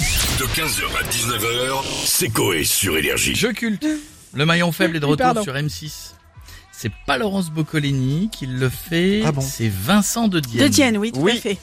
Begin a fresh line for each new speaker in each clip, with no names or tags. De 15h à 19h, c'est Coé sur Énergie.
Je culte. Le maillon faible est de
Oui,
retour
pardon.
sur M6. C'est pas Laurence Boccolini qui le fait,
Ah bon
c'est Vincent de Dienne.
De Dienne, oui, tout
Oui.
à fait.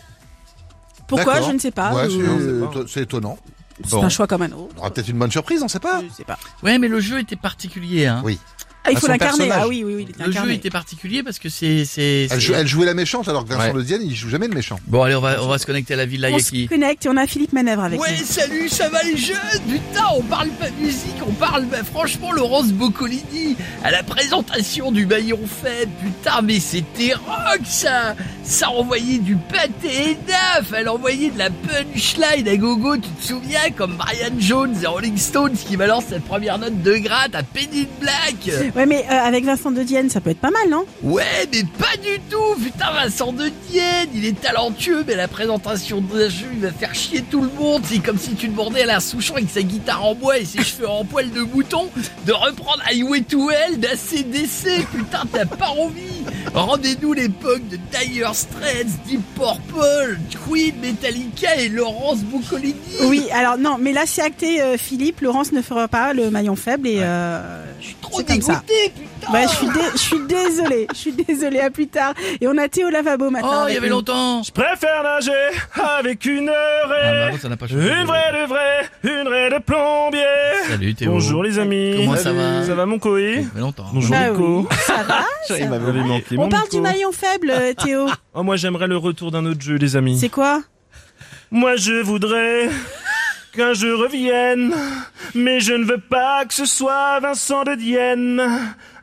Pourquoi
D'accord.
Je ne sais pas.
Ouais, c'est-
Euh,
c'est- c'est étonnant.
c'est
Bon. Ah.
un choix comme un autre.
On aura peut-être une bonne surprise, on sait pas.
Je ne sais pas.
Ouais, mais le jeu était particulier. Hein.
Oui.
Ah, il
À
faut
son
l'incarner.
personnage.
Ah oui, oui, oui, il est
Le jeu
incarné.
était particulier parce que c'est c'est.
Elle,
c'est-
jou- elle jouait la méchante alors que Vincent
Ouais.
Le Dienne, il joue jamais le méchant.
Bon, allez, on va on va se connecter à la ville
On se
Yaki.
connecte et on a Philippe Manœuvre avec
Ouais,
nous.
salut, ça va les jeunes Putain, on parle pas de musique, on parle bah, franchement Laurence Boccolini à la présentation du Maillon Faible. Putain, mais c'était rock ça Ça envoyait du pâté et neuf Elle envoyait de la punchline à gogo, tu te souviens Comme Brian Jones et Rolling Stones qui balance cette première note de gratte à Penny Black
Ouais, mais euh, avec Vincent de Dienne, ça peut être pas mal, non
Ouais, mais pas du tout Putain, Vincent de Dienne, il est talentueux, mais la présentation de jeu, il va faire chier tout le monde. C'est comme si tu demandais à la Souchon avec sa guitare en bois et ses cheveux en poil de mouton de reprendre Highway to Hell d'ACDC. Putain, t'as pas envie Rendez-nous l'époque de Dire Straits, Deep Purple, Queen, Metallica et Laurence Boccolini.
Oui, alors non, mais là c'est acté, euh, Philippe. Laurence ne fera pas le maillon faible et euh,
Je suis trop
c'est comme ça.
dégoûté, putain
bah, je suis dé- je suis désolée, je suis désolée. À plus tard. Et on a Théo Lavabo
Oh, il
maintenant.
y
avec
avait
nous.
longtemps
Je préfère nager avec une raie.
Ah, ça n'a pas
une vraie de vraie, une raie de plombier.
Salut Théo.
Bonjour les amis.
Comment ça va
Ça va mon coï
Ça fait longtemps.
Bonjour
Bah
Nico.
oui, ça va. ça
il
va.
m'avait-
Vous avez manqué,
On
mon
parle
Nico.
du maillon faible, euh, Théo.
Oh, moi j'aimerais le retour d'un autre jeu les amis.
C'est quoi
Moi je voudrais qu'un jeu revienne. Mais je ne veux pas que ce soit Vincent de Dienne.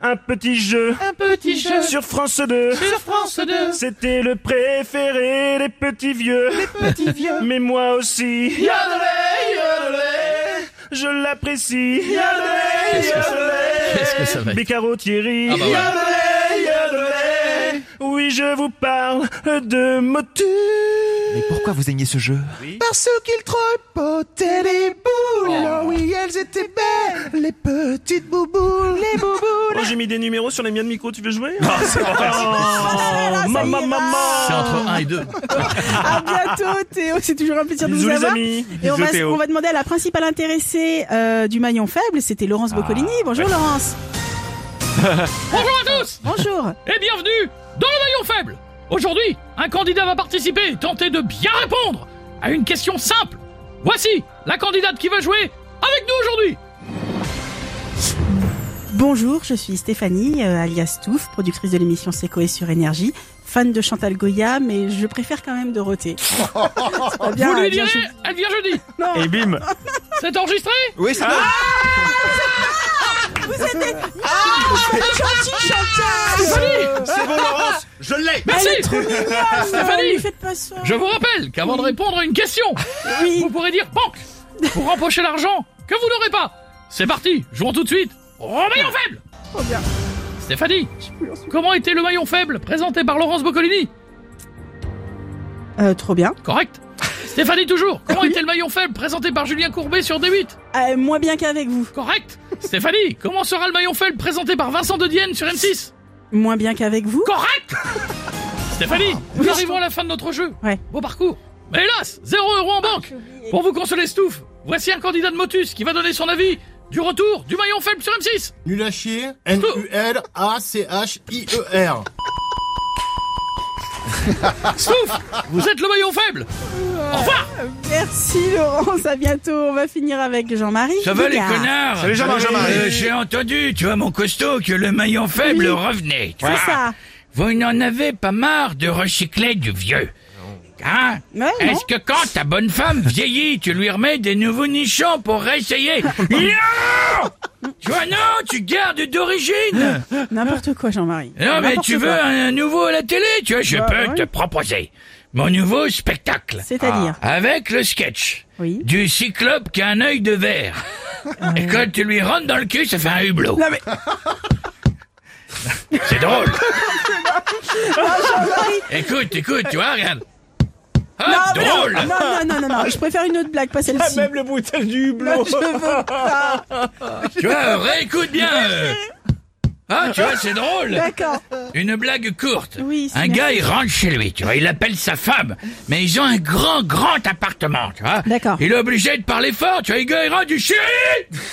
Un petit jeu. Un petit jeu. Sur France 2. C'était le préféré des petits vieux. petits vieux. Mais moi aussi. Je l'apprécie.
Qu'est-ce que ça- Qu'est-ce que ça va être
Beccaro Thierry.
Ah bah ouais.
Oui, je vous parle de Motu.
Mais pourquoi vous aimiez ce jeu
Parce qu'il tripotait les boules.
Oh.
Ah oui, elles étaient belles. Les petites bouboules. Les bouboules.
Oh, j'ai mis des numéros sur les miens de micro, tu veux jouer Oh.
Oh,
là, Oh, ça y est,
Maman,
là.
C'est
maman
entre 1 et 2.
À bientôt, Théo. C'est toujours un plaisir de
Bisous
vous
les
avoir.
amis
Et on
Bisous,
va,
Théo.
on va demander à la principale intéressée euh, du maillon faible, c'était Laurence Boccolini. Bonjour Laurence.
Ah, Bonjour à tous
Bonjour.
et bienvenue dans le maillon faible. Aujourd'hui, un candidat va participer et tenter de bien répondre à une question simple. Voici la candidate qui va jouer avec nous aujourd'hui.
Bonjour, je suis Stéphanie, euh, alias Touf, productrice de l'émission Seco et sur Énergie, fan de Chantal Goya, mais je préfère quand même Dorothée. C'est pas bien,
Vous
Ah,
bien
lui direz,
chou-
elle vient jeudi.
Non,
Et bim
C'est enregistré
Oui, ça
gentille Chantal
Stéphanie
Ah, C'est bon, Laurence Je l'ai
Elle est
Merci
trop mignonne ah, Ne lui
Stéphanie
faites pas ça
Je vous rappelle qu'avant de répondre à une question,
Oui,
vous pourrez dire banque pour empocher l'argent que vous n'aurez pas. C'est parti, jouons tout de suite au maillon faible
trop bien.
Stéphanie, comment était le maillon faible présenté par Laurence Boccolini
Euh, trop bien.
Correct. Stéphanie toujours. Comment était le maillon faible présenté par Julien Courbet sur D8
Euh, moins bien qu'avec vous.
Correct. Stéphanie, comment sera le maillon faible présenté par Vincent de Dienne sur M6
Moins bien qu'avec vous.
Correct. Stéphanie, nous arrivons à la fin de notre jeu.
Ouais.
Beau parcours. Mais hélas, 0 euro en banque. Pour vous consoler Stouff, voici un candidat de Motus qui va donner son avis du retour du maillon faible sur M6.
Nul à chier, N-U-L-A-C-H-I-E-R.
Stouff, vous êtes le maillon faible. Au revoir.
Merci Laurence, à bientôt. On va finir avec Jean-Marie.
Ça va les
Bigard.
connards
Salut, Jean-Marie.
Euh, J'ai entendu, tu vois mon costaud, que le maillon faible
Oui.
revenait. tu vois.
C'est ça.
Vous n'en avez pas marre de recycler du vieux Hein
Ouais, non.
Est-ce que quand ta bonne femme vieillit, tu lui remets des nouveaux nichons pour réessayer Non Tu vois, non, tu gardes d'origine
N'importe quoi, Jean-Marie.
Non, mais
N'importe
tu veux
quoi.
un nouveau à la télé, tu vois, je
Bah,
peux
ouais.
te proposer mon nouveau spectacle. Ah,
C'est-à-dire
Avec le sketch
Oui.
du cyclope qui a un œil de verre.
Ah,
Et quand tu lui rentres dans le cul, ça fait un hublot.
Non, mais-
C'est drôle.
Ah,
écoute, écoute, tu vois, regarde. Hop,
mais
ah, drôle.
Non, non, non, non, non, je préfère une autre blague, pas celle-ci.
Ah, le bouton du
Non, je veux pas.
Tu vois, réécoute bien. euh.
Ah, tu vois, c'est drôle.
D'accord.
Une blague courte.
Oui, c'est
un
bien.
gars, il rentre chez lui, tu vois, il appelle sa femme, mais ils ont un grand, grand appartement, tu vois.
D'accord.
Il est obligé de parler fort, tu vois, le gars, il rentre, du chéri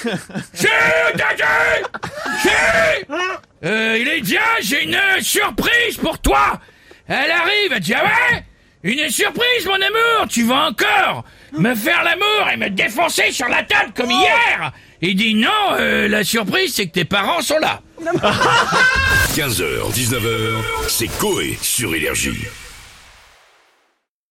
Chéri, t'as dit Chéri Euh, il est dit, ah, j'ai une euh, surprise pour toi Elle arrive, elle dit, ah ouais Une surprise, mon amour, tu vas encore me faire l'amour et me défoncer sur la table comme hier Il dit, non, euh, la surprise, c'est que tes parents sont là.
15h, 19h, c'est Coé sur Énergie.